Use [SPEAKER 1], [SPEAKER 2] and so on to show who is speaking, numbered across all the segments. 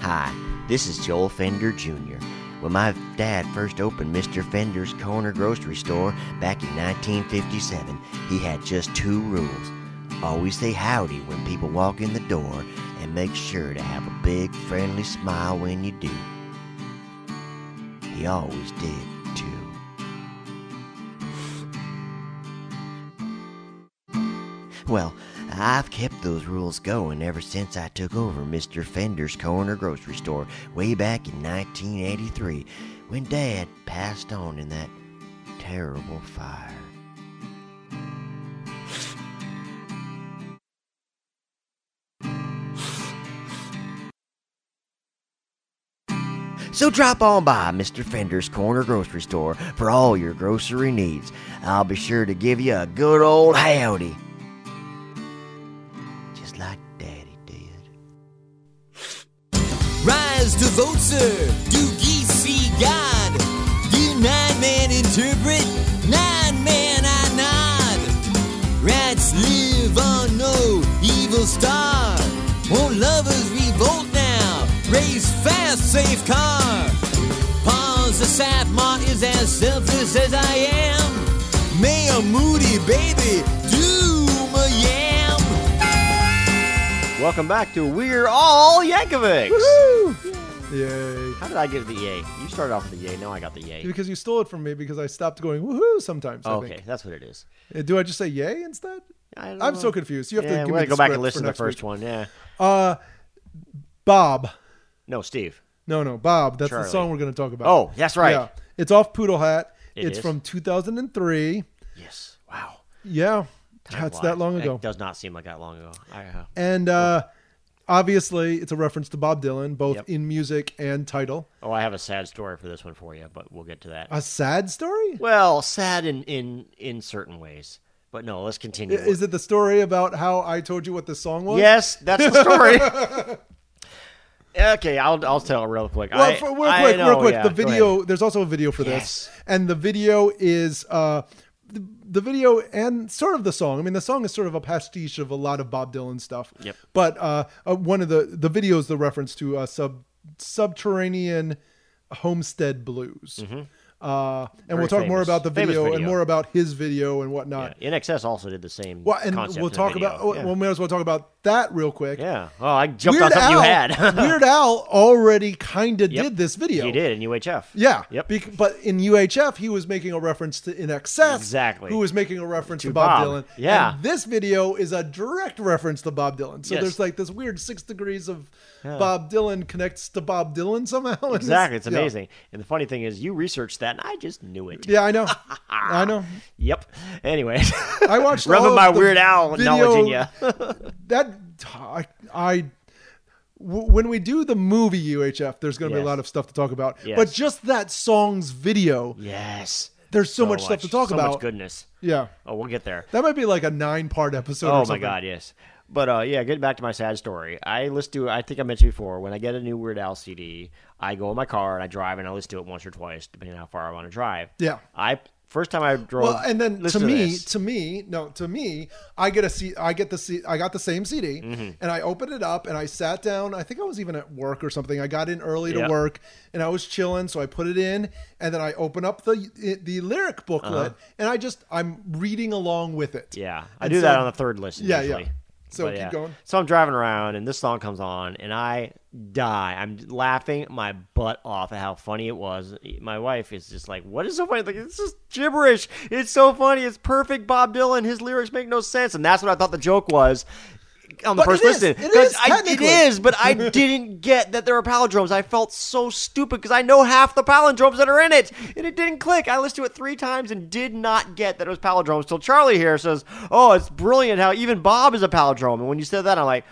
[SPEAKER 1] Hi, this is Joel Fender Jr. When my dad first opened Mr. Fender's Corner Grocery Store back in 1957, he had just two rules. Always say howdy when people walk in the door, and make sure to have a big, friendly smile when you do. He always did, too. Well, I've kept those rules going ever since I took over Mr. Fender's Corner Grocery Store way back in 1983 when Dad passed on in that terrible fire. So drop on by Mr. Fender's Corner Grocery Store for all your grocery needs. I'll be sure to give you a good old howdy just like Daddy did.
[SPEAKER 2] Rise to vote, sir. Doogie see God. You nine man interpret, nine man I nod. Rats live on no evil star. Won't lovers revolt now? Race fast, safe car. Pawns the Satmar is as selfless as I am. Mayor Moody, baby, doom a yam.
[SPEAKER 3] Welcome back to We're All Yankovics.
[SPEAKER 4] Yay.
[SPEAKER 3] How did I get the yay? You started off with the yay. Now I got the yay.
[SPEAKER 4] Because you stole it from me because I stopped going woohoo sometimes. I
[SPEAKER 3] Oh, okay,
[SPEAKER 4] think.
[SPEAKER 3] that's what it is.
[SPEAKER 4] Uh, Do I just say yay instead?
[SPEAKER 3] I don't
[SPEAKER 4] I'm
[SPEAKER 3] know.
[SPEAKER 4] so confused. You have
[SPEAKER 3] yeah,
[SPEAKER 4] to give me
[SPEAKER 3] we gotta
[SPEAKER 4] the
[SPEAKER 3] go back
[SPEAKER 4] script
[SPEAKER 3] and listen
[SPEAKER 4] for
[SPEAKER 3] to the
[SPEAKER 4] next
[SPEAKER 3] first
[SPEAKER 4] week.
[SPEAKER 3] one. Yeah.
[SPEAKER 4] Uh, Bob.
[SPEAKER 3] No, Steve.
[SPEAKER 4] No, no, Bob. That's
[SPEAKER 3] Charlie.
[SPEAKER 4] the song we're going to talk about.
[SPEAKER 3] Oh, that's right.
[SPEAKER 4] Yeah. It's off Poodle Hat.
[SPEAKER 3] It
[SPEAKER 4] it's
[SPEAKER 3] is.
[SPEAKER 4] from 2003.
[SPEAKER 3] Yes. Wow.
[SPEAKER 4] Yeah.
[SPEAKER 3] Time
[SPEAKER 4] That's that
[SPEAKER 3] flies.
[SPEAKER 4] long ago.
[SPEAKER 3] It does not seem like that long ago. I, uh,
[SPEAKER 4] And uh, obviously, it's a reference to Bob Dylan, both
[SPEAKER 3] Yep.
[SPEAKER 4] in music and title.
[SPEAKER 3] oh, I have a sad story for this one for you, but we'll get to that.
[SPEAKER 4] A sad story?
[SPEAKER 3] well, sad in in in certain ways, but no. Let's continue.
[SPEAKER 4] Is it the story about how I told you what the song was?
[SPEAKER 3] Yes, that's the story. okay, I'll I'll tell it real quick.
[SPEAKER 4] Well,
[SPEAKER 3] I-
[SPEAKER 4] for, real
[SPEAKER 3] I
[SPEAKER 4] quick,
[SPEAKER 3] know,
[SPEAKER 4] real quick.
[SPEAKER 3] yeah,
[SPEAKER 4] the
[SPEAKER 3] go ahead.
[SPEAKER 4] video. There's also a video for
[SPEAKER 3] Yes.
[SPEAKER 4] this, and the video is uh, the, the video and sort of the song. I mean, the song is sort of a pastiche of a lot of Bob Dylan stuff.
[SPEAKER 3] Yep.
[SPEAKER 4] But uh, uh, one of the the video is the reference to uh, sub subterranean homestead blues. Uh, and we'll talk more
[SPEAKER 3] Mm-hmm. famous-
[SPEAKER 4] about the
[SPEAKER 3] famous
[SPEAKER 4] video, and
[SPEAKER 3] video.
[SPEAKER 4] more about his video and whatnot.
[SPEAKER 3] Yeah, NXS also did the same.
[SPEAKER 4] Well, and
[SPEAKER 3] concept
[SPEAKER 4] we'll
[SPEAKER 3] in the
[SPEAKER 4] talk
[SPEAKER 3] video.
[SPEAKER 4] about. oh,
[SPEAKER 3] yeah.
[SPEAKER 4] Well, we might as well talk about that real quick.
[SPEAKER 3] yeah. Oh, I jumped on
[SPEAKER 4] Al,
[SPEAKER 3] something you had.
[SPEAKER 4] Weird Al already kind of
[SPEAKER 3] Yep.
[SPEAKER 4] did this video.
[SPEAKER 3] He did in UHF.
[SPEAKER 4] Yeah.
[SPEAKER 3] Yep.
[SPEAKER 4] Bec- but in UHF, he was making a reference to In Excess.
[SPEAKER 3] Exactly.
[SPEAKER 4] Who was making a reference to,
[SPEAKER 3] To
[SPEAKER 4] Bob,
[SPEAKER 3] Bob.
[SPEAKER 4] Dylan.
[SPEAKER 3] Yeah.
[SPEAKER 4] And this video is a direct reference to Bob Dylan. So
[SPEAKER 3] Yes.
[SPEAKER 4] there's like this weird six degrees of Bob Dylan connects to Bob Dylan somehow. And this-
[SPEAKER 3] Exactly. It's
[SPEAKER 4] yeah.
[SPEAKER 3] amazing. And the funny thing is, you researched that, and I just knew it.
[SPEAKER 4] Yeah, I know. I know.
[SPEAKER 3] Yep. Anyways,
[SPEAKER 4] I watched all
[SPEAKER 3] rubbing
[SPEAKER 4] of
[SPEAKER 3] my
[SPEAKER 4] the
[SPEAKER 3] Weird Al
[SPEAKER 4] video-
[SPEAKER 3] knowledge in you.
[SPEAKER 4] That I, I w- when we do the movie UHF, there's going to be
[SPEAKER 3] Yes.
[SPEAKER 4] a lot of stuff to talk about.
[SPEAKER 3] Yes.
[SPEAKER 4] But just that song's video,
[SPEAKER 3] yes. Oh,
[SPEAKER 4] there's so, much, stuff to talk
[SPEAKER 3] so
[SPEAKER 4] about.
[SPEAKER 3] Much goodness.
[SPEAKER 4] Yeah.
[SPEAKER 3] Oh, we'll get there.
[SPEAKER 4] That might be like a nine part episode. or
[SPEAKER 3] Oh my
[SPEAKER 4] something.
[SPEAKER 3] God, yes. But uh, yeah, getting back to my sad story, I listen to. I think I mentioned before when I get a new Weird Al CD, I go in my car and I drive and I listen to it once or twice, depending on how far I want to drive.
[SPEAKER 4] Yeah.
[SPEAKER 3] I first time I drove.
[SPEAKER 4] Well, and then to
[SPEAKER 3] listened
[SPEAKER 4] me,
[SPEAKER 3] this.
[SPEAKER 4] to me, no, to me, I get a C I get the C I got the same CD,
[SPEAKER 3] Mm-hmm.
[SPEAKER 4] and I opened it up, and I sat down. I think I was even at work or something. I got in early
[SPEAKER 3] Yeah.
[SPEAKER 4] to work, and I was chilling, so I put it in, and then I open up the the lyric booklet, and I just I'm reading along with it.
[SPEAKER 3] Uh-huh. Yeah, I
[SPEAKER 4] And
[SPEAKER 3] do
[SPEAKER 4] so-
[SPEAKER 3] that on the third listen.
[SPEAKER 4] Yeah,
[SPEAKER 3] usually.
[SPEAKER 4] yeah. So keep going.
[SPEAKER 3] So I'm driving around, and this song comes on, and I die. I'm laughing my butt off at how funny it was. My wife is just like, "What is so funny? Like, it's just gibberish. It's so funny. It's perfect. Bob Dylan. His lyrics make no sense." And that's what I thought the joke was. On the
[SPEAKER 4] But
[SPEAKER 3] first
[SPEAKER 4] it is.
[SPEAKER 3] listen,
[SPEAKER 4] It
[SPEAKER 3] 'Cause
[SPEAKER 4] is,
[SPEAKER 3] I, it
[SPEAKER 4] technically.
[SPEAKER 3] is, but I didn't get that there were palindromes. I felt so stupid because I know half the palindromes that are in it, and it didn't click. I listened to it three times and did not get that it was palindromes till Charlie here says, "Oh, it's brilliant how even Bob is a palindrome." And when you said that, I'm like,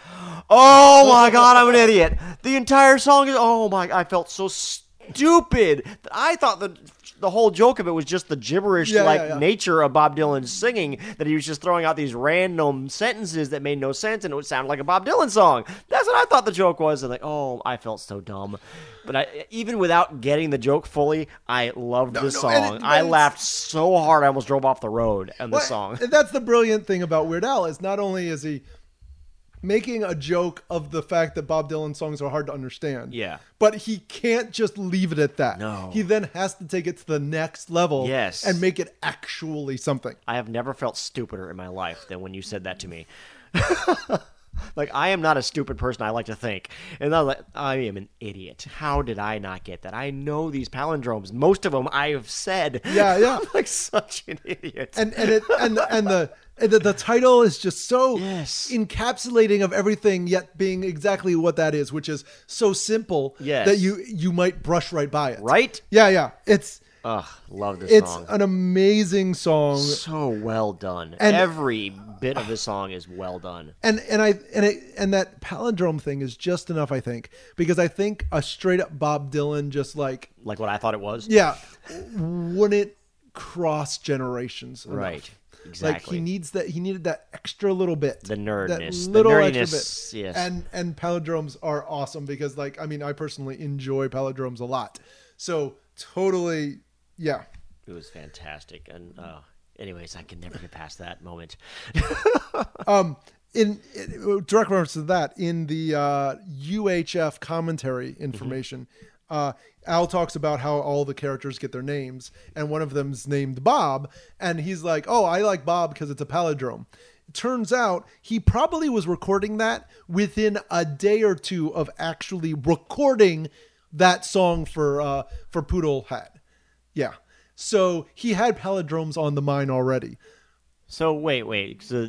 [SPEAKER 3] "Oh my god, I'm an idiot." The entire song is, "Oh my," I felt so stupid that I thought the the whole joke of it was just the gibberish
[SPEAKER 4] Yeah,
[SPEAKER 3] like
[SPEAKER 4] yeah, yeah.
[SPEAKER 3] nature of Bob Dylan's singing that he was just throwing out these random sentences that made no sense and it would sound like a Bob Dylan song. That's what I thought the joke was. And like, oh, I felt so dumb. But I, even without getting the joke fully, I loved this
[SPEAKER 4] no,
[SPEAKER 3] song.
[SPEAKER 4] and it-
[SPEAKER 3] I
[SPEAKER 4] it's-
[SPEAKER 3] laughed so hard I almost drove off the road on this
[SPEAKER 4] Well,
[SPEAKER 3] song.
[SPEAKER 4] and That's the brilliant thing about Weird Al is not only is he making a joke of the fact that Bob Dylan songs are hard to understand.
[SPEAKER 3] Yeah.
[SPEAKER 4] But he can't just leave it at that.
[SPEAKER 3] No.
[SPEAKER 4] He then has to take it to the next level
[SPEAKER 3] Yes.
[SPEAKER 4] and make it actually something.
[SPEAKER 3] I have never felt stupider in my life than when you said that to me. like I am not a stupid person. I like to think, and I'm like, I am an idiot. How did I not get that? I know these palindromes. Most of them I have said.
[SPEAKER 4] Yeah, yeah.
[SPEAKER 3] I'm like such an idiot.
[SPEAKER 4] and and it and and the and the, the title is just so
[SPEAKER 3] Yes.
[SPEAKER 4] encapsulating of everything yet being exactly what that is which is so simple
[SPEAKER 3] Yes.
[SPEAKER 4] that you you might brush right by it
[SPEAKER 3] right?
[SPEAKER 4] yeah yeah it's
[SPEAKER 3] Ugh, love this
[SPEAKER 4] it's uh,
[SPEAKER 3] song.
[SPEAKER 4] an amazing song
[SPEAKER 3] so well done.
[SPEAKER 4] And-
[SPEAKER 3] Every bit of this song is well done.
[SPEAKER 4] and and I and it and that palindrome thing is just enough I think because I think a straight up Bob Dylan just like
[SPEAKER 3] Like what I thought it was.
[SPEAKER 4] yeah wouldn't cross generations enough.
[SPEAKER 3] Right.
[SPEAKER 4] Like
[SPEAKER 3] Exactly.
[SPEAKER 4] he needs that. He needed that extra little bit.
[SPEAKER 3] The
[SPEAKER 4] That
[SPEAKER 3] nerdness, the
[SPEAKER 4] little extra
[SPEAKER 3] nerdiness,
[SPEAKER 4] bit.
[SPEAKER 3] yes.
[SPEAKER 4] And and palindromes are awesome because like I mean I personally enjoy palindromes a lot. So totally, yeah.
[SPEAKER 3] it was fantastic. And uh, anyways, I can never get past that moment.
[SPEAKER 4] In, in direct reference to that, in the uh, UHF commentary information,
[SPEAKER 3] Mm-hmm.
[SPEAKER 4] uh, Al talks about how all the characters get their names, and one of them's named Bob, and he's like, "Oh, I like Bob because it's a palindrome." Turns out he probably was recording that within a day or two of actually recording that song for uh, for Poodle Hat. Yeah, so he had palindromes on the mind already
[SPEAKER 3] So wait, wait. So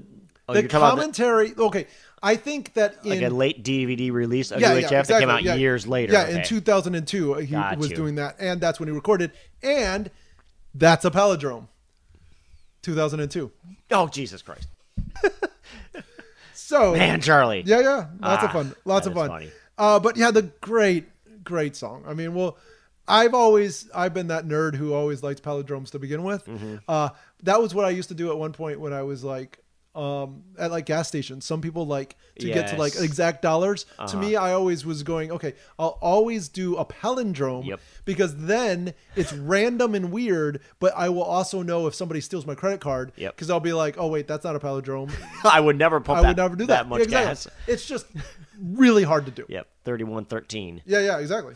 [SPEAKER 3] oh,
[SPEAKER 4] the
[SPEAKER 3] you're talking about the-
[SPEAKER 4] commentary. okay, I think that in
[SPEAKER 3] like a late DVD release of
[SPEAKER 4] yeah, yeah,
[SPEAKER 3] UHF that came
[SPEAKER 4] exactly,
[SPEAKER 3] out
[SPEAKER 4] yeah.
[SPEAKER 3] years later.
[SPEAKER 4] Yeah,
[SPEAKER 3] okay.
[SPEAKER 4] in 2002 uh, he
[SPEAKER 3] Got
[SPEAKER 4] was
[SPEAKER 3] you.
[SPEAKER 4] doing that, and that's when he recorded, and that's a palindrome. 2002.
[SPEAKER 3] oh Jesus Christ,
[SPEAKER 4] So
[SPEAKER 3] man, Charlie.
[SPEAKER 4] yeah, yeah, lots of
[SPEAKER 3] Ah,
[SPEAKER 4] fun, lots
[SPEAKER 3] that
[SPEAKER 4] of
[SPEAKER 3] is
[SPEAKER 4] fun.
[SPEAKER 3] funny.
[SPEAKER 4] Uh, but yeah, the great, great song. I mean, well, I've always I've been that nerd who always liked palindromes to begin with.
[SPEAKER 3] Mm-hmm.
[SPEAKER 4] Uh, that was what I used to do at one point when I was like um at like gas stations some people like to get to like
[SPEAKER 3] Yes. Uh-huh.
[SPEAKER 4] exact dollars to me i always was going okay i'll always do a palindrome
[SPEAKER 3] Yep.
[SPEAKER 4] because then it's random and weird but i will also know if somebody steals my credit card
[SPEAKER 3] Yep.
[SPEAKER 4] because i'll be like oh wait that's not a palindrome
[SPEAKER 3] I would never pump.
[SPEAKER 4] I
[SPEAKER 3] that,
[SPEAKER 4] would never do that.
[SPEAKER 3] much
[SPEAKER 4] Exactly.
[SPEAKER 3] gas.
[SPEAKER 4] It's just really hard to do.
[SPEAKER 3] Yep, thirty-one thirteen.
[SPEAKER 4] Yeah, yeah, exactly.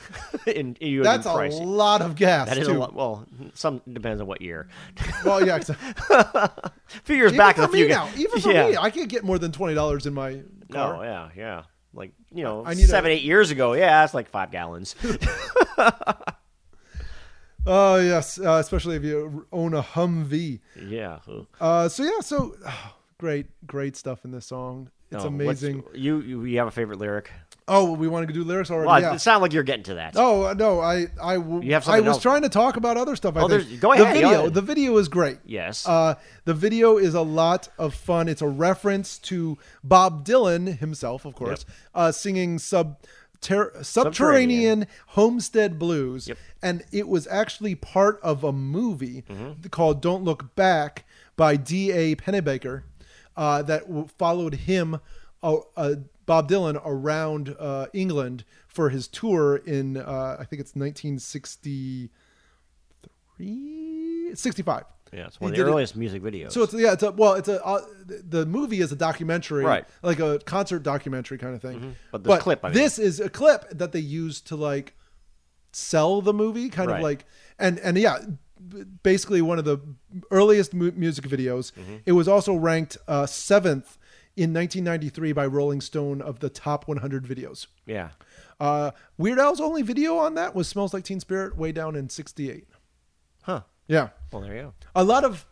[SPEAKER 3] in you would
[SPEAKER 4] That's a
[SPEAKER 3] in price.
[SPEAKER 4] lot of gas.
[SPEAKER 3] That is
[SPEAKER 4] too.
[SPEAKER 3] a lot. Well, some depends on what year.
[SPEAKER 4] Well, yeah, exactly.
[SPEAKER 3] a few years
[SPEAKER 4] Even
[SPEAKER 3] back,
[SPEAKER 4] for
[SPEAKER 3] a few
[SPEAKER 4] me
[SPEAKER 3] ga-
[SPEAKER 4] now, even for
[SPEAKER 3] yeah.
[SPEAKER 4] me, I can't get more than twenty dollars in my car.
[SPEAKER 3] no, yeah, yeah. Like you know,
[SPEAKER 4] I need a-
[SPEAKER 3] seven, eight years ago. Yeah, that's like five gallons.
[SPEAKER 4] Oh yes, uh, especially if you own a Humvee.
[SPEAKER 3] yeah.
[SPEAKER 4] Uh, so yeah, so oh, great, great stuff in this song. It's
[SPEAKER 3] Oh, what's-
[SPEAKER 4] amazing.
[SPEAKER 3] You, you you have a favorite lyric?
[SPEAKER 4] Oh, we want to do lyrics already.
[SPEAKER 3] Well,
[SPEAKER 4] yeah.
[SPEAKER 3] it sounded like you're getting to that.
[SPEAKER 4] Oh uh, no, I I w-
[SPEAKER 3] You have
[SPEAKER 4] I
[SPEAKER 3] something
[SPEAKER 4] was
[SPEAKER 3] else.
[SPEAKER 4] trying to talk about other stuff. I
[SPEAKER 3] Oh,
[SPEAKER 4] think
[SPEAKER 3] there's- go
[SPEAKER 4] The
[SPEAKER 3] ahead, go
[SPEAKER 4] video,
[SPEAKER 3] ahead.
[SPEAKER 4] the video is great.
[SPEAKER 3] Yes.
[SPEAKER 4] Uh, the video is a lot of fun. It's a reference to Bob Dylan himself, of course, uh, singing sub. Ter- subterranean
[SPEAKER 3] Subterranean.
[SPEAKER 4] homestead blues
[SPEAKER 3] Yep.
[SPEAKER 4] and it was actually part of a movie
[SPEAKER 3] Mm-hmm.
[SPEAKER 4] called don't look back by da pennebaker uh, that w- followed him uh, uh, bob dylan around uh, england for his tour in uh, i think it's 1960 65.
[SPEAKER 3] yeah, it's
[SPEAKER 4] He
[SPEAKER 3] one of
[SPEAKER 4] did
[SPEAKER 3] the
[SPEAKER 4] it-
[SPEAKER 3] earliest music videos.
[SPEAKER 4] So it's yeah, it's a well, it's a uh, the movie is a documentary,
[SPEAKER 3] Right. Mm-hmm.
[SPEAKER 4] Like a concert documentary kind of thing.
[SPEAKER 3] But the clip, I mean.
[SPEAKER 4] this is a clip that they used to like sell the movie, kind of
[SPEAKER 3] Right.
[SPEAKER 4] like and and yeah, b- basically one of the earliest mu- music videos.
[SPEAKER 3] Mm-hmm.
[SPEAKER 4] It was also ranked uh, seventh in 1993 by Rolling Stone of the top 100 videos.
[SPEAKER 3] yeah.
[SPEAKER 4] Uh, Weird Al's only video on that was "Smells Like Teen Spirit" way down in '68.
[SPEAKER 3] Huh.
[SPEAKER 4] Yeah.
[SPEAKER 3] Well, there you go.
[SPEAKER 4] a lot of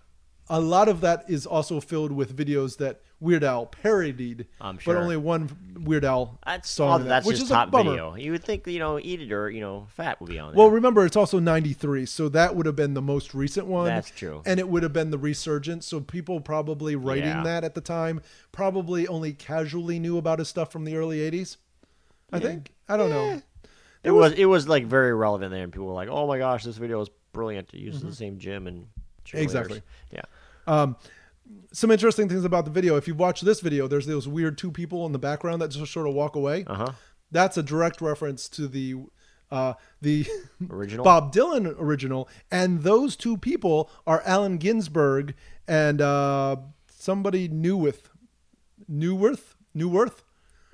[SPEAKER 4] a lot of that is also filled with videos that Weird Al parodied,
[SPEAKER 3] I'm
[SPEAKER 4] but
[SPEAKER 3] sure.
[SPEAKER 4] only one Weird Al
[SPEAKER 3] That's
[SPEAKER 4] song,
[SPEAKER 3] all,
[SPEAKER 4] in that,
[SPEAKER 3] that's
[SPEAKER 4] which
[SPEAKER 3] his
[SPEAKER 4] is
[SPEAKER 3] top
[SPEAKER 4] a bummer.
[SPEAKER 3] video. You would think you know, eat it or you know, fat would be on there.
[SPEAKER 4] Well, remember it's also '93, so that would have been the most recent one.
[SPEAKER 3] That's true.
[SPEAKER 4] and it would have been the resurgence. So people probably writing
[SPEAKER 3] Yeah.
[SPEAKER 4] that at the time probably only casually knew about his stuff from the early '80s. I think I don't know.
[SPEAKER 3] it was, it was like very relevant there, and people were like, "Oh my gosh, this video is brilliant." It uses the same gym and cheerleaders."
[SPEAKER 4] Mm-hmm. Exactly.
[SPEAKER 3] Yeah.
[SPEAKER 4] Some interesting things about the video. If you watch this video, there's those weird two people in the background that just sort of walk away.
[SPEAKER 3] Uh huh.
[SPEAKER 4] That's a direct reference to the uh, the
[SPEAKER 3] Original?
[SPEAKER 4] Bob Dylan original, and those two people are Allen Ginsberg and uh, somebody Newworth, Newworth, Newworth,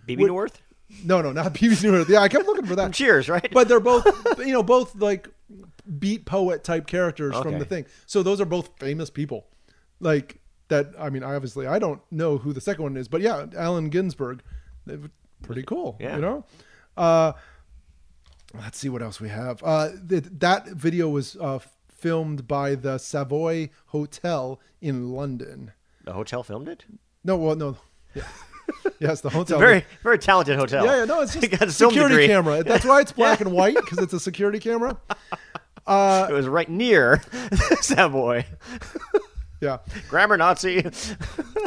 [SPEAKER 3] BB
[SPEAKER 4] Would-
[SPEAKER 3] North?
[SPEAKER 4] No, no, not BB Newhart. Yeah, I kept looking for that.
[SPEAKER 3] Cheers, right?
[SPEAKER 4] But they're both, you know, both like beat poet type characters from
[SPEAKER 3] Okay.
[SPEAKER 4] the thing. So those are both famous people. Like that. I mean, obviously, I don't know who the second one is, but yeah, Allen Ginsberg. They- Pretty cool.
[SPEAKER 3] Yeah.
[SPEAKER 4] You know. Uh, let's see what else we have. Uh, th- that video was uh, filmed by the Savoy Hotel in London.
[SPEAKER 3] the hotel filmed it?
[SPEAKER 4] No, well, no. Yeah. yes, the hotel.
[SPEAKER 3] Very, very talented hotel.
[SPEAKER 4] Oh, Yeah, yeah, no, it's
[SPEAKER 3] It
[SPEAKER 4] just
[SPEAKER 3] got a film
[SPEAKER 4] security
[SPEAKER 3] degree.
[SPEAKER 4] camera. That's why it's black and white because it's a security camera.
[SPEAKER 3] It was right near Savoy.
[SPEAKER 4] Yeah,
[SPEAKER 3] Grammar Nazi.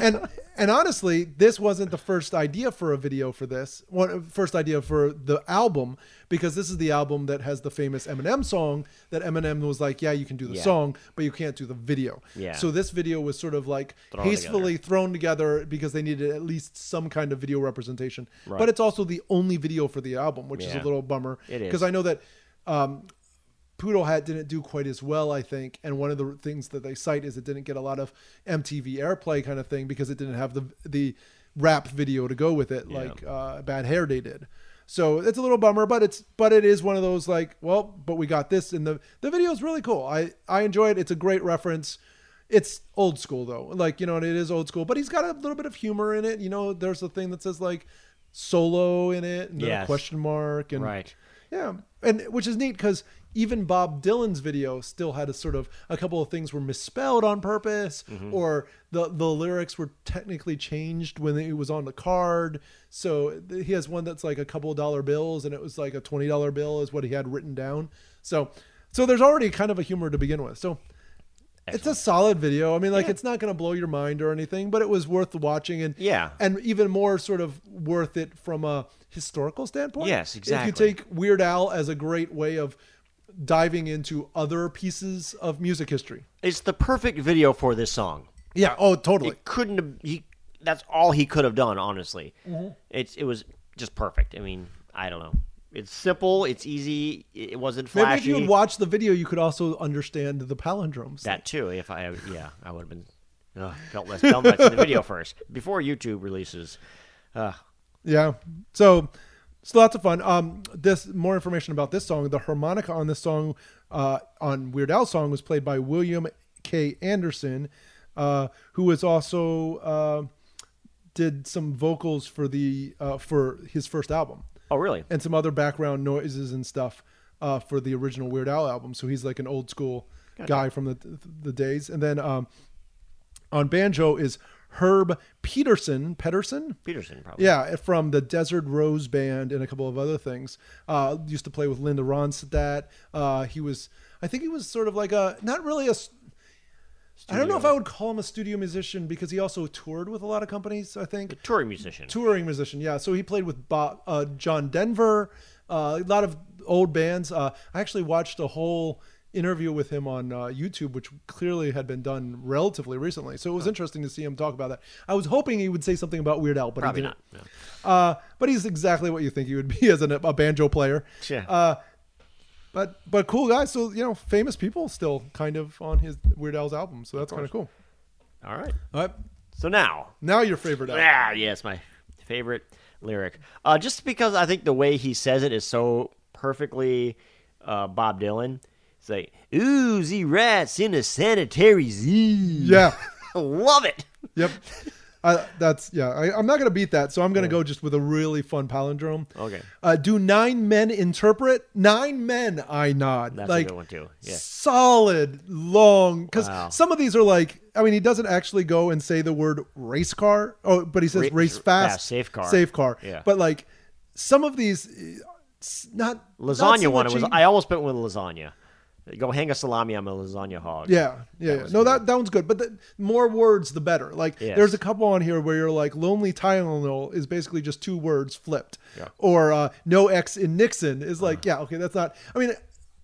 [SPEAKER 4] and and honestly, this wasn't the first idea for a video for this. One first idea for the album because this is the album that has the famous Eminem song that Eminem was like, "Yeah, you can do the
[SPEAKER 3] Yeah.
[SPEAKER 4] song, but you can't do the video."
[SPEAKER 3] Yeah.
[SPEAKER 4] So this video was sort of like
[SPEAKER 3] Thrown
[SPEAKER 4] hastily thrown together because they needed at least some kind of video representation. But it's also the only video for the album, which is a
[SPEAKER 3] Yeah.
[SPEAKER 4] little bummer
[SPEAKER 3] It is.
[SPEAKER 4] because I know that. Um, Poodle Hat didn't do quite as well, I think. And one of the things that they cite is it didn't get a lot of MTV airplay kind of thing because it didn't have the the rap video to go with it, like uh, Bad Hair Day did. So it's a little bummer, but it's but it is one of those like, well, but we got this, and the the video is really cool. I I enjoy it. It's a great reference. It's old school though, like you know, and it is old school. But he's got a little bit of humor in it. You know, there's a thing that says like solo in it, and then a
[SPEAKER 3] Yes.
[SPEAKER 4] question mark, and
[SPEAKER 3] right.
[SPEAKER 4] yeah, and which is neat because even Bob Dylan's video still had a sort of a couple of things were misspelled on purpose, or the the lyrics were technically changed when it was on the card. So th- he has one that's like a couple dollar bills, and it was like a twenty dollar bill is what he had written down. So so there's already kind of a humor to begin with. So. It's a solid video. I mean, like it's not going to blow your mind or anything, but it was worth watching and
[SPEAKER 3] Yeah.
[SPEAKER 4] and even more sort of worth it from a historical standpoint.
[SPEAKER 3] Yes, exactly.
[SPEAKER 4] If you take take Weird Al as a great way of diving into other pieces of music history.
[SPEAKER 3] It's the perfect video for this song.
[SPEAKER 4] Yeah. Oh, totally.
[SPEAKER 3] Couldn't have, he? That's all he could have done, honestly.
[SPEAKER 4] Mm-hmm.
[SPEAKER 3] It's it was just perfect. I mean, I don't know. It's simple. It's easy. It it wasn't
[SPEAKER 4] Maybe
[SPEAKER 3] flashy.
[SPEAKER 4] if you had watched the video, you could also understand the palindromes.
[SPEAKER 3] that too. If I yeah, I would have been ugh, felt less dumb in the video first before YouTube releases. Uh,
[SPEAKER 4] Yeah. So it's lots of fun. Um, this more information about this song. The harmonica on this song, uh, on Weird Al's song, was played by William K. Anderson, uh, who was also uh, did some vocals for the uh, for his first album.
[SPEAKER 3] oh really?
[SPEAKER 4] and some other background noises and stuff uh, for the original Weird Al album. So he's like an old school guy from the the days. And then um, on banjo is Herb Peterson. Peterson.
[SPEAKER 3] Peterson probably.
[SPEAKER 4] Yeah, from the Desert Rose Band and a couple of other things. Uh, used to play with Linda Ronstadt. Uh, he was, I think he was sort of like a, not really a. s- I don't know if I would call him a studio musician because he also toured with a lot of companies. I think
[SPEAKER 3] Touring musician.
[SPEAKER 4] touring musician. Yeah, so he played with Bob, uh, John Denver, uh, a lot of old bands. Uh, I actually watched a whole interview with him on uh, YouTube, which clearly had been done relatively recently. So it was interesting to see him talk about that. I was hoping he would say something about Weird Al, but
[SPEAKER 3] Probably
[SPEAKER 4] he
[SPEAKER 3] not.
[SPEAKER 4] didn't. Uh, but he's exactly what you think he would be as an, a banjo player.
[SPEAKER 3] Yeah.
[SPEAKER 4] Uh, but but cool guy. So you know, famous people still kind of on his Weird Al's album. So that's kind of cool.
[SPEAKER 3] All right.
[SPEAKER 4] All right,
[SPEAKER 3] So now
[SPEAKER 4] now your favorite album.
[SPEAKER 3] Ah, yes, my favorite lyric. Uh, just because I think the way he says it is so perfectly uh, Bob Dylan. It's like, ooh, Z rats in a sanitary zoo.
[SPEAKER 4] Yeah.
[SPEAKER 3] Love it.
[SPEAKER 4] Yep. I, that's yeah. I, I'm not gonna beat that, so I'm gonna go just with a really fun palindrome.
[SPEAKER 3] Okay.
[SPEAKER 4] Uh, do nine men interpret? Nine men. I nod.
[SPEAKER 3] That's
[SPEAKER 4] like
[SPEAKER 3] a good one, too. Yeah.
[SPEAKER 4] solid, long. Because
[SPEAKER 3] Wow.
[SPEAKER 4] some of these are like, I mean, he doesn't actually go and say the word race car. Oh, but he says
[SPEAKER 3] Ra-
[SPEAKER 4] race
[SPEAKER 3] r-
[SPEAKER 4] fast,
[SPEAKER 3] fast, safe car.
[SPEAKER 4] safe car.
[SPEAKER 3] Yeah.
[SPEAKER 4] But like some of these, eh, s- not not
[SPEAKER 3] Lasagna
[SPEAKER 4] so
[SPEAKER 3] one.
[SPEAKER 4] much
[SPEAKER 3] It was.
[SPEAKER 4] he-
[SPEAKER 3] I almost put one with lasagna. Go hang a salami. I'm a lasagna hog.
[SPEAKER 4] Yeah, yeah, yeah. No, that that one's good. But the, more words, the better. Like,
[SPEAKER 3] Yes.
[SPEAKER 4] there's a couple on here where you're like, "Lonely Tylenol" is basically just two words flipped,
[SPEAKER 3] Yeah. Uh-huh.
[SPEAKER 4] or uh, "No X in Nixon" is like, yeah, okay, that's not. I mean,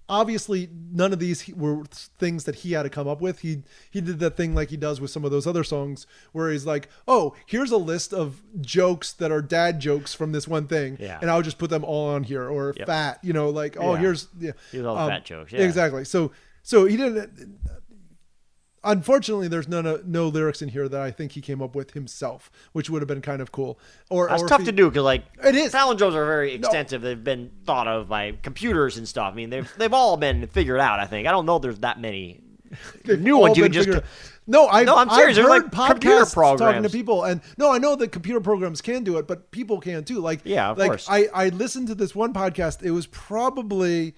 [SPEAKER 4] obviously, none of these he- were things that he had to come up with. He he did that thing like he does with some of those other songs where he's like, "Oh, here's a list of jokes that are dad jokes from this one thing,
[SPEAKER 3] Yeah.
[SPEAKER 4] and I'll just put them all on here." Or
[SPEAKER 3] Yep.
[SPEAKER 4] fat, you know, like, "Oh,
[SPEAKER 3] Yeah.
[SPEAKER 4] here's yeah,
[SPEAKER 3] Here's all the fat jokes, yeah.
[SPEAKER 4] exactly." So so he didn't. Unfortunately, there's no, no lyrics in here that I think he came up with himself, which would have been kind of cool. Or
[SPEAKER 3] That's
[SPEAKER 4] or if
[SPEAKER 3] tough
[SPEAKER 4] he-
[SPEAKER 3] to do because like
[SPEAKER 4] It is.
[SPEAKER 3] palindromes are very extensive. They've been thought of by computers and stuff. I mean, they've they've all been figured out. I think I don't know. if There's that many
[SPEAKER 4] They've
[SPEAKER 3] new ones
[SPEAKER 4] all
[SPEAKER 3] you
[SPEAKER 4] been
[SPEAKER 3] can just.
[SPEAKER 4] figured out. no, I,
[SPEAKER 3] No, I'm serious.
[SPEAKER 4] I've
[SPEAKER 3] There's,
[SPEAKER 4] heard
[SPEAKER 3] like, computer
[SPEAKER 4] podcasts talking to
[SPEAKER 3] programs.
[SPEAKER 4] people, and no, I know that computer programs can do it, but people can too. Like,
[SPEAKER 3] Yeah, of
[SPEAKER 4] like
[SPEAKER 3] course.
[SPEAKER 4] I, I listened to this one podcast. It was probably,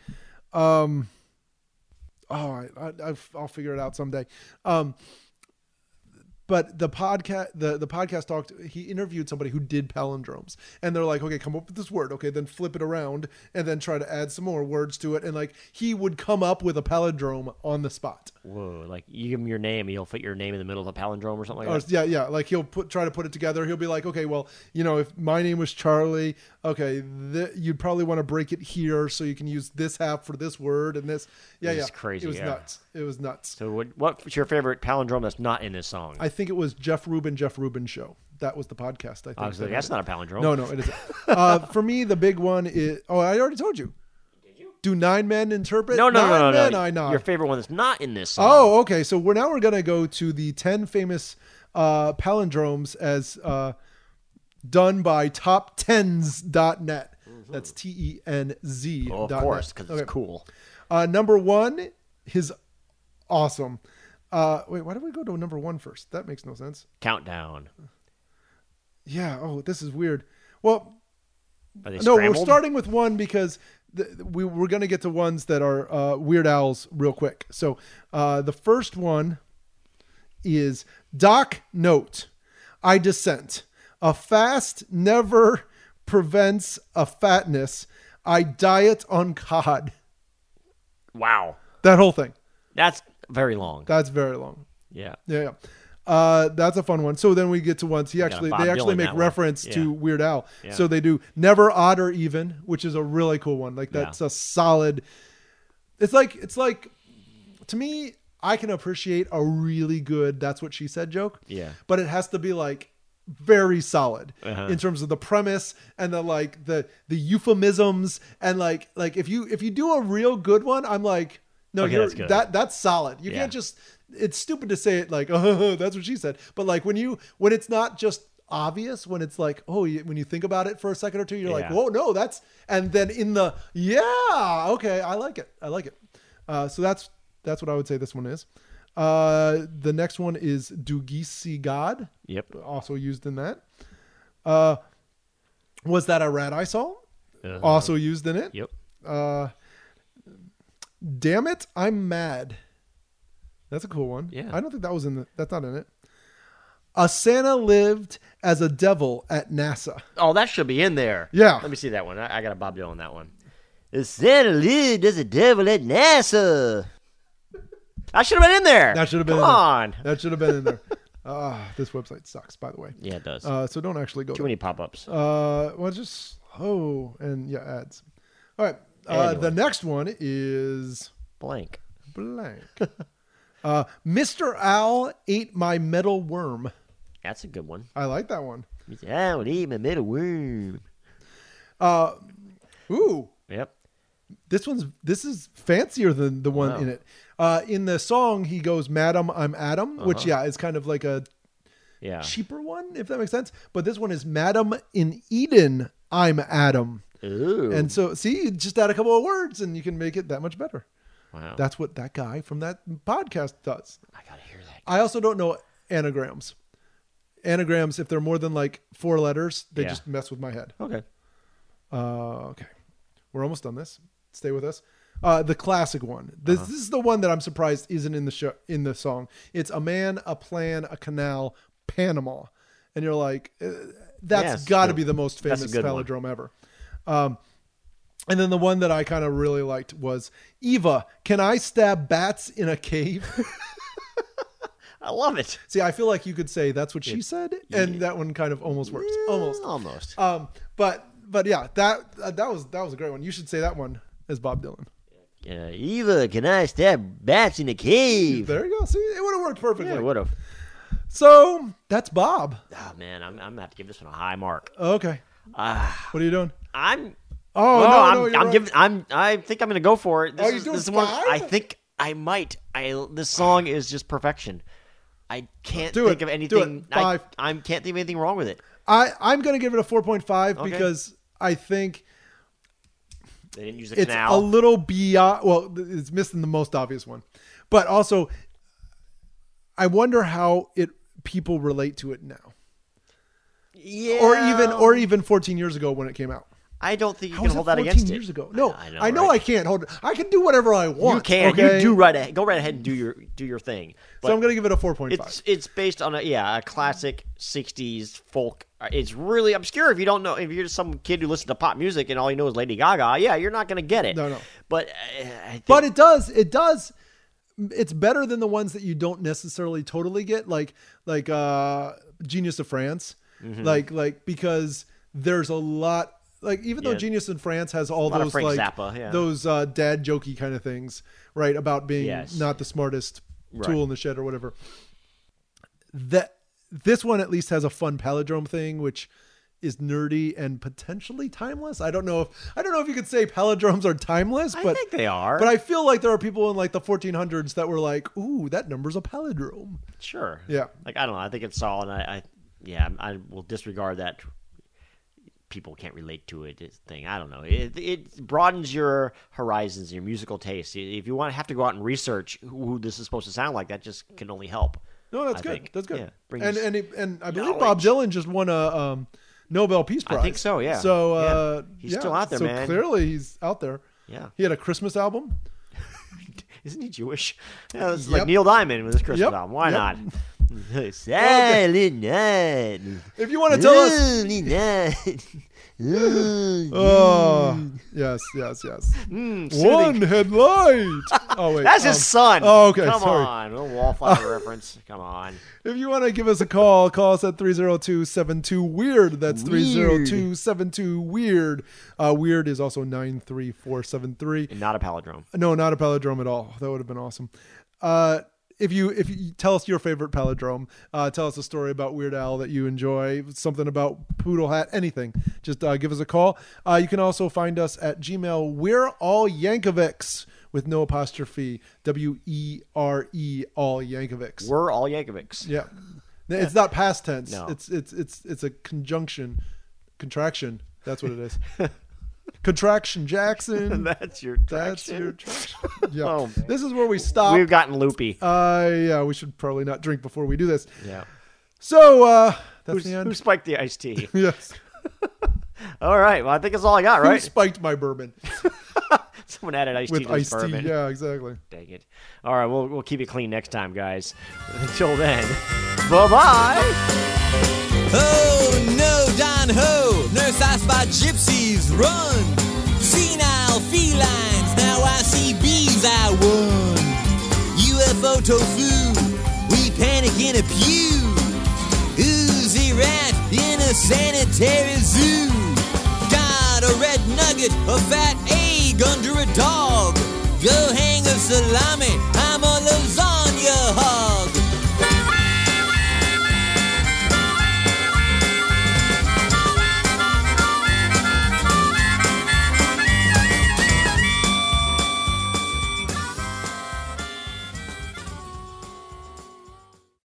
[SPEAKER 4] um, oh, I, I, I've- I'll figure it out someday. Um, but the podcast, the, the podcast talked. He interviewed somebody who did palindromes, and they're like, "Okay, come up with this word. Okay, then flip it around, and then try to add some more words to it." And like, he would come up with a palindrome on the spot.
[SPEAKER 3] Whoa! Like you give him your name, he'll fit your name in the middle of a palindrome or something
[SPEAKER 4] Or,
[SPEAKER 3] like that.
[SPEAKER 4] yeah, yeah. Like he'll put try to put it together. He'll be like, okay, well, you know, if my name was Charlie, okay, th- you'd probably want to break it here so you can use this half for this word and this. Yeah,
[SPEAKER 3] It's
[SPEAKER 4] yeah.
[SPEAKER 3] crazy,
[SPEAKER 4] It was
[SPEAKER 3] yeah.
[SPEAKER 4] nuts. It was nuts.
[SPEAKER 3] So what? What's your favorite palindrome that's not in this song?
[SPEAKER 4] I think it was Jeff Rubin, Jeff Rubin show. That was the podcast. I think.
[SPEAKER 3] Obviously,
[SPEAKER 4] that
[SPEAKER 3] Oh, that's
[SPEAKER 4] had it.
[SPEAKER 3] not a palindrome.
[SPEAKER 4] No, no, it isn't. uh, for me, the big one is. Oh, I already told you. Did you? Do nine men interpret?
[SPEAKER 3] no, no,
[SPEAKER 4] nine
[SPEAKER 3] no, no,
[SPEAKER 4] men
[SPEAKER 3] no.
[SPEAKER 4] I nod.
[SPEAKER 3] Your favorite one that's not in this song.
[SPEAKER 4] Oh, okay. So we're now we're gonna go to the ten famous uh, palindromes as uh, done by top10s.net. That's T E N Z.
[SPEAKER 3] Well, Mm-hmm. Oh, of course, because it's cool.
[SPEAKER 4] Uh, number one is awesome. Uh, wait, why did we go to number one first? That makes no sense.
[SPEAKER 3] Countdown.
[SPEAKER 4] Yeah. Oh, this is weird. Well,
[SPEAKER 3] Are they
[SPEAKER 4] no,
[SPEAKER 3] scrambled?
[SPEAKER 4] we're starting with one because th we we're going to get to ones that are uh, Weird Owls real quick. So uh, the first one is Doc Note. I dissent. A fast never prevents a fatness. I diet on cod.
[SPEAKER 3] Wow,
[SPEAKER 4] That whole thing.
[SPEAKER 3] that's very long.
[SPEAKER 4] That's very long.
[SPEAKER 3] yeah.
[SPEAKER 4] Yeah, yeah. Uh, that's a fun one. So then we get to ones he
[SPEAKER 3] a
[SPEAKER 4] actually
[SPEAKER 3] Bob
[SPEAKER 4] they actually
[SPEAKER 3] Dylan
[SPEAKER 4] make
[SPEAKER 3] that one.
[SPEAKER 4] reference
[SPEAKER 3] Yeah.
[SPEAKER 4] to Weird Al.
[SPEAKER 3] Yeah.
[SPEAKER 4] So they do never odd or even, which is a really cool one. Like that's a solid. It's like it's like to me, I can appreciate a really good "That's what she said" joke.
[SPEAKER 3] Yeah. Uh-huh.
[SPEAKER 4] but it has to be like very solid in terms of the premise and the like the the euphemisms and like like if you if you do a real good one, I'm like. No,
[SPEAKER 3] Okay,
[SPEAKER 4] you're,
[SPEAKER 3] that's good.
[SPEAKER 4] that that's solid. You
[SPEAKER 3] Yeah.
[SPEAKER 4] can't just it's stupid to say it like, oh, that's what she said. But like when you when it's not just obvious, when it's like, oh, you, when you think about it for a second or two, you're like,
[SPEAKER 3] Yeah.
[SPEAKER 4] whoa, no, that's and then in the yeah, okay, I like it. I like it. Uh, so that's that's what I would say this one is. Uh, the next one is Dugisi God,
[SPEAKER 3] Yep.
[SPEAKER 4] also used in that. Uh, was that a rat I saw?
[SPEAKER 3] Uh-huh.
[SPEAKER 4] Also used in it.
[SPEAKER 3] Yep.
[SPEAKER 4] Uh, damn it, I'm mad. That's a cool one.
[SPEAKER 3] Yeah.
[SPEAKER 4] I don't think that was in the. That's not in it. A Santa lived as a devil at NASA.
[SPEAKER 3] Oh, that should be in there.
[SPEAKER 4] Yeah.
[SPEAKER 3] Let me see that one. I, I got a Bob Dylan that one. The Santa Lid is a devil at NASA. That should have been in there.
[SPEAKER 4] That should have been
[SPEAKER 3] Come
[SPEAKER 4] in there.
[SPEAKER 3] on.
[SPEAKER 4] That should have been in there. Ah, this website sucks, by the way.
[SPEAKER 3] Yeah, it does.
[SPEAKER 4] Uh, so don't actually go.
[SPEAKER 3] Too many pop ups.
[SPEAKER 4] Uh, well, it's just oh, and yeah, ads. All right. Uh,
[SPEAKER 3] Anyway.
[SPEAKER 4] The next one is
[SPEAKER 3] Blank.
[SPEAKER 4] blank. uh, Mr. Owl ate my metal worm.
[SPEAKER 3] That's a good one.
[SPEAKER 4] I like that one.
[SPEAKER 3] I would eat my middle worm.
[SPEAKER 4] Ooh,
[SPEAKER 3] Yep.
[SPEAKER 4] this one's this is fancier than the one
[SPEAKER 3] Wow.
[SPEAKER 4] in it. Uh, in the song, he goes, "Madam, I'm Adam," which yeah is kind of like a
[SPEAKER 3] Uh-huh. Yeah.
[SPEAKER 4] cheaper one, if that makes sense. But this one is, "Madam in Eden, I'm Adam,"
[SPEAKER 3] Ooh.
[SPEAKER 4] and so see, you just add a couple of words and you can make it that much better.
[SPEAKER 3] wow.
[SPEAKER 4] That's what that guy from that podcast does.
[SPEAKER 3] I gotta hear that.
[SPEAKER 4] I also don't know anagrams. Anagrams, if they're more than like four letters, they
[SPEAKER 3] Yeah.
[SPEAKER 4] just mess with my head.
[SPEAKER 3] Okay.
[SPEAKER 4] Uh, okay, we're almost done. This stay with us. Uh, the classic one.
[SPEAKER 3] Uh-huh.
[SPEAKER 4] This, this is the one that I'm surprised isn't in the show in the song. It's a man, a plan, a canal, Panama, and you're like, uh,
[SPEAKER 3] Yeah,
[SPEAKER 4] that's
[SPEAKER 3] it's
[SPEAKER 4] got to
[SPEAKER 3] good.
[SPEAKER 4] be the most
[SPEAKER 3] That's a
[SPEAKER 4] famous
[SPEAKER 3] good one.
[SPEAKER 4] palindrome ever. Um, and then the one that I kind of really liked was Eva. Can I stab bats in a cave?
[SPEAKER 3] I love it.
[SPEAKER 4] See, I feel like you could say that's what she said, and that one kind of almost works. Almost.
[SPEAKER 3] Almost.
[SPEAKER 4] Um, but but yeah, that uh, that was that was a great one. You should say that one as Bob Dylan.
[SPEAKER 3] Uh, Eva, can I stab bats in a cave?
[SPEAKER 4] There you go. See, it would have worked perfectly.
[SPEAKER 3] Yeah, would have.
[SPEAKER 4] so that's Bob.
[SPEAKER 3] Oh man, I'm, I'm gonna have to give this one a high mark.
[SPEAKER 4] Okay. what are you doing?
[SPEAKER 3] I'm
[SPEAKER 4] Oh,
[SPEAKER 3] Ah. Oh,
[SPEAKER 4] no,
[SPEAKER 3] I'm,
[SPEAKER 4] no, you're
[SPEAKER 3] I'm
[SPEAKER 4] right.
[SPEAKER 3] giving. I'm. I think I'm going to go for it. This
[SPEAKER 4] Oh, you're
[SPEAKER 3] is,
[SPEAKER 4] doing
[SPEAKER 3] this is one.
[SPEAKER 4] five?
[SPEAKER 3] I think I might. I this song is just perfection. I can't
[SPEAKER 4] Do it.
[SPEAKER 3] think of
[SPEAKER 4] Do it.
[SPEAKER 3] anything.
[SPEAKER 4] Five.
[SPEAKER 3] I, I can't think of anything wrong with it.
[SPEAKER 4] I I'm gonna give it a 4.5 because I think
[SPEAKER 3] They didn't use the
[SPEAKER 4] it's a
[SPEAKER 3] canal.
[SPEAKER 4] little beyond. Well, it's missing the most obvious one, but also I wonder how it people relate to it now,
[SPEAKER 3] yeah.
[SPEAKER 4] or even or even 14 years ago when it came out.
[SPEAKER 3] I don't think you
[SPEAKER 4] How
[SPEAKER 3] can
[SPEAKER 4] was
[SPEAKER 3] hold
[SPEAKER 4] it
[SPEAKER 3] that against
[SPEAKER 4] years
[SPEAKER 3] it.
[SPEAKER 4] ago? No,
[SPEAKER 3] I
[SPEAKER 4] I
[SPEAKER 3] know,
[SPEAKER 4] know, I,
[SPEAKER 3] right?
[SPEAKER 4] can't hold. I can do whatever I want.
[SPEAKER 3] You can.
[SPEAKER 4] okay?
[SPEAKER 3] You do right ahead. Go right ahead and do your do your thing. But
[SPEAKER 4] So I'm gonna give it a 4.5.
[SPEAKER 3] it's it's based on a yeah a classic '60s folk. uh, It's really obscure if you don't know. If you're just some kid who listens to pop music and all you know is Lady Gaga, yeah, you're not gonna get it.
[SPEAKER 4] No, no.
[SPEAKER 3] But uh, I think,
[SPEAKER 4] but it does it does it's better than the ones that you don't necessarily totally get like like uh genius of france
[SPEAKER 3] Mm-hmm.
[SPEAKER 4] like like because there's a lot like even though
[SPEAKER 3] Yeah.
[SPEAKER 4] genius in france has all
[SPEAKER 3] lot of
[SPEAKER 4] those
[SPEAKER 3] Frank
[SPEAKER 4] like
[SPEAKER 3] Zappa, yeah.
[SPEAKER 4] those uh dad jokey kind of things right about being
[SPEAKER 3] Yes.
[SPEAKER 4] not the smartest
[SPEAKER 3] Right.
[SPEAKER 4] tool in the shed or whatever that this one at least has a fun palindrome thing which is nerdy and potentially timeless. I don't know if I don't know if you could say palindromes are timeless,
[SPEAKER 3] I
[SPEAKER 4] but
[SPEAKER 3] think they are.
[SPEAKER 4] but I feel like there are people in like the 1400s that were like, "Ooh, that number's a palindrome."
[SPEAKER 3] Sure.
[SPEAKER 4] Yeah.
[SPEAKER 3] Like I don't know. I think it's all, and I, I yeah, I will disregard that. People can't relate to it it's thing. I don't know. It, it broadens your horizons, your musical taste. If you want to have to go out and research who this is supposed to sound like, that just can only help.
[SPEAKER 4] No, that's
[SPEAKER 3] I
[SPEAKER 4] good.
[SPEAKER 3] think.
[SPEAKER 4] That's good.
[SPEAKER 3] Yeah, brings-
[SPEAKER 4] and and it, and I believe Bob
[SPEAKER 3] knowledge.
[SPEAKER 4] Dylan just won a um, Nobel Peace Prize.
[SPEAKER 3] I think so, yeah.
[SPEAKER 4] So
[SPEAKER 3] Yeah.
[SPEAKER 4] uh,
[SPEAKER 3] He's
[SPEAKER 4] yeah.
[SPEAKER 3] still out there,
[SPEAKER 4] so
[SPEAKER 3] man.
[SPEAKER 4] Clearly, he's out there.
[SPEAKER 3] Yeah.
[SPEAKER 4] He had a Christmas album.
[SPEAKER 3] Isn't he Jewish? Yeah, this is like
[SPEAKER 4] Yep.
[SPEAKER 3] Neil Diamond with his Christmas
[SPEAKER 4] Yep.
[SPEAKER 3] album. Why
[SPEAKER 4] Yep.
[SPEAKER 3] not? Silent night.
[SPEAKER 4] If you want to tell us,
[SPEAKER 3] Lonely night. Lonely-
[SPEAKER 4] oh yes, yes, yes.
[SPEAKER 3] Mm, soothing
[SPEAKER 4] One headlight. Oh wait,
[SPEAKER 3] That's
[SPEAKER 4] um,
[SPEAKER 3] his son.
[SPEAKER 4] oh, okay,
[SPEAKER 3] Come
[SPEAKER 4] sorry.
[SPEAKER 3] on, a wallflower reference. Come on.
[SPEAKER 4] If you want to give us a call, call us at 302-72-WEIRD. That's
[SPEAKER 3] Weird.
[SPEAKER 4] 302-72-WEIRD. Uh, weird is also 93473.
[SPEAKER 3] And not a palindrome.
[SPEAKER 4] No, not a palindrome at all. That would have been awesome. Uh, if you if you tell us your favorite palindrome, uh, tell us a story about Weird Al that you enjoy, something about Poodle Hat, anything. Just uh, give us a call. Uh, you can also find us at Gmail. We're all Yankovics with no apostrophe. W E R E all Yankovics.
[SPEAKER 3] We're all Yankovics.
[SPEAKER 4] Yeah. No, It's not past tense.
[SPEAKER 3] No.
[SPEAKER 4] It's it's it's it's a conjunction, contraction. That's what it is. contraction Jackson.
[SPEAKER 3] That's your.
[SPEAKER 4] That's
[SPEAKER 3] traction.
[SPEAKER 4] your traction. Yeah.
[SPEAKER 3] Oh, man.
[SPEAKER 4] this is where we stop.
[SPEAKER 3] We've gotten loopy.
[SPEAKER 4] uh yeah, we should probably not drink before we do this.
[SPEAKER 3] yeah.
[SPEAKER 4] So uh that's
[SPEAKER 3] Who's,
[SPEAKER 4] the end.
[SPEAKER 3] who spiked the iced tea?
[SPEAKER 4] yes.
[SPEAKER 3] all right. Well, I think that's all I got.
[SPEAKER 4] Who
[SPEAKER 3] Right.
[SPEAKER 4] spiked my bourbon
[SPEAKER 3] Someone added iced tea
[SPEAKER 4] with
[SPEAKER 3] to his
[SPEAKER 4] iced tea?
[SPEAKER 3] bourbon.
[SPEAKER 4] Yeah, exactly.
[SPEAKER 3] Dang it. All right. We'll we'll keep it clean next time, guys. Until then. Bye bye.
[SPEAKER 2] Oh no, Don Ho! Nurse, I spot gypsies run. Senile felines, now I see bees I won. UFO tofu, we panic in a pew. Oozy rat in a sanitary zoo. Got a red nugget, a fat egg under a dog. Go hang a salami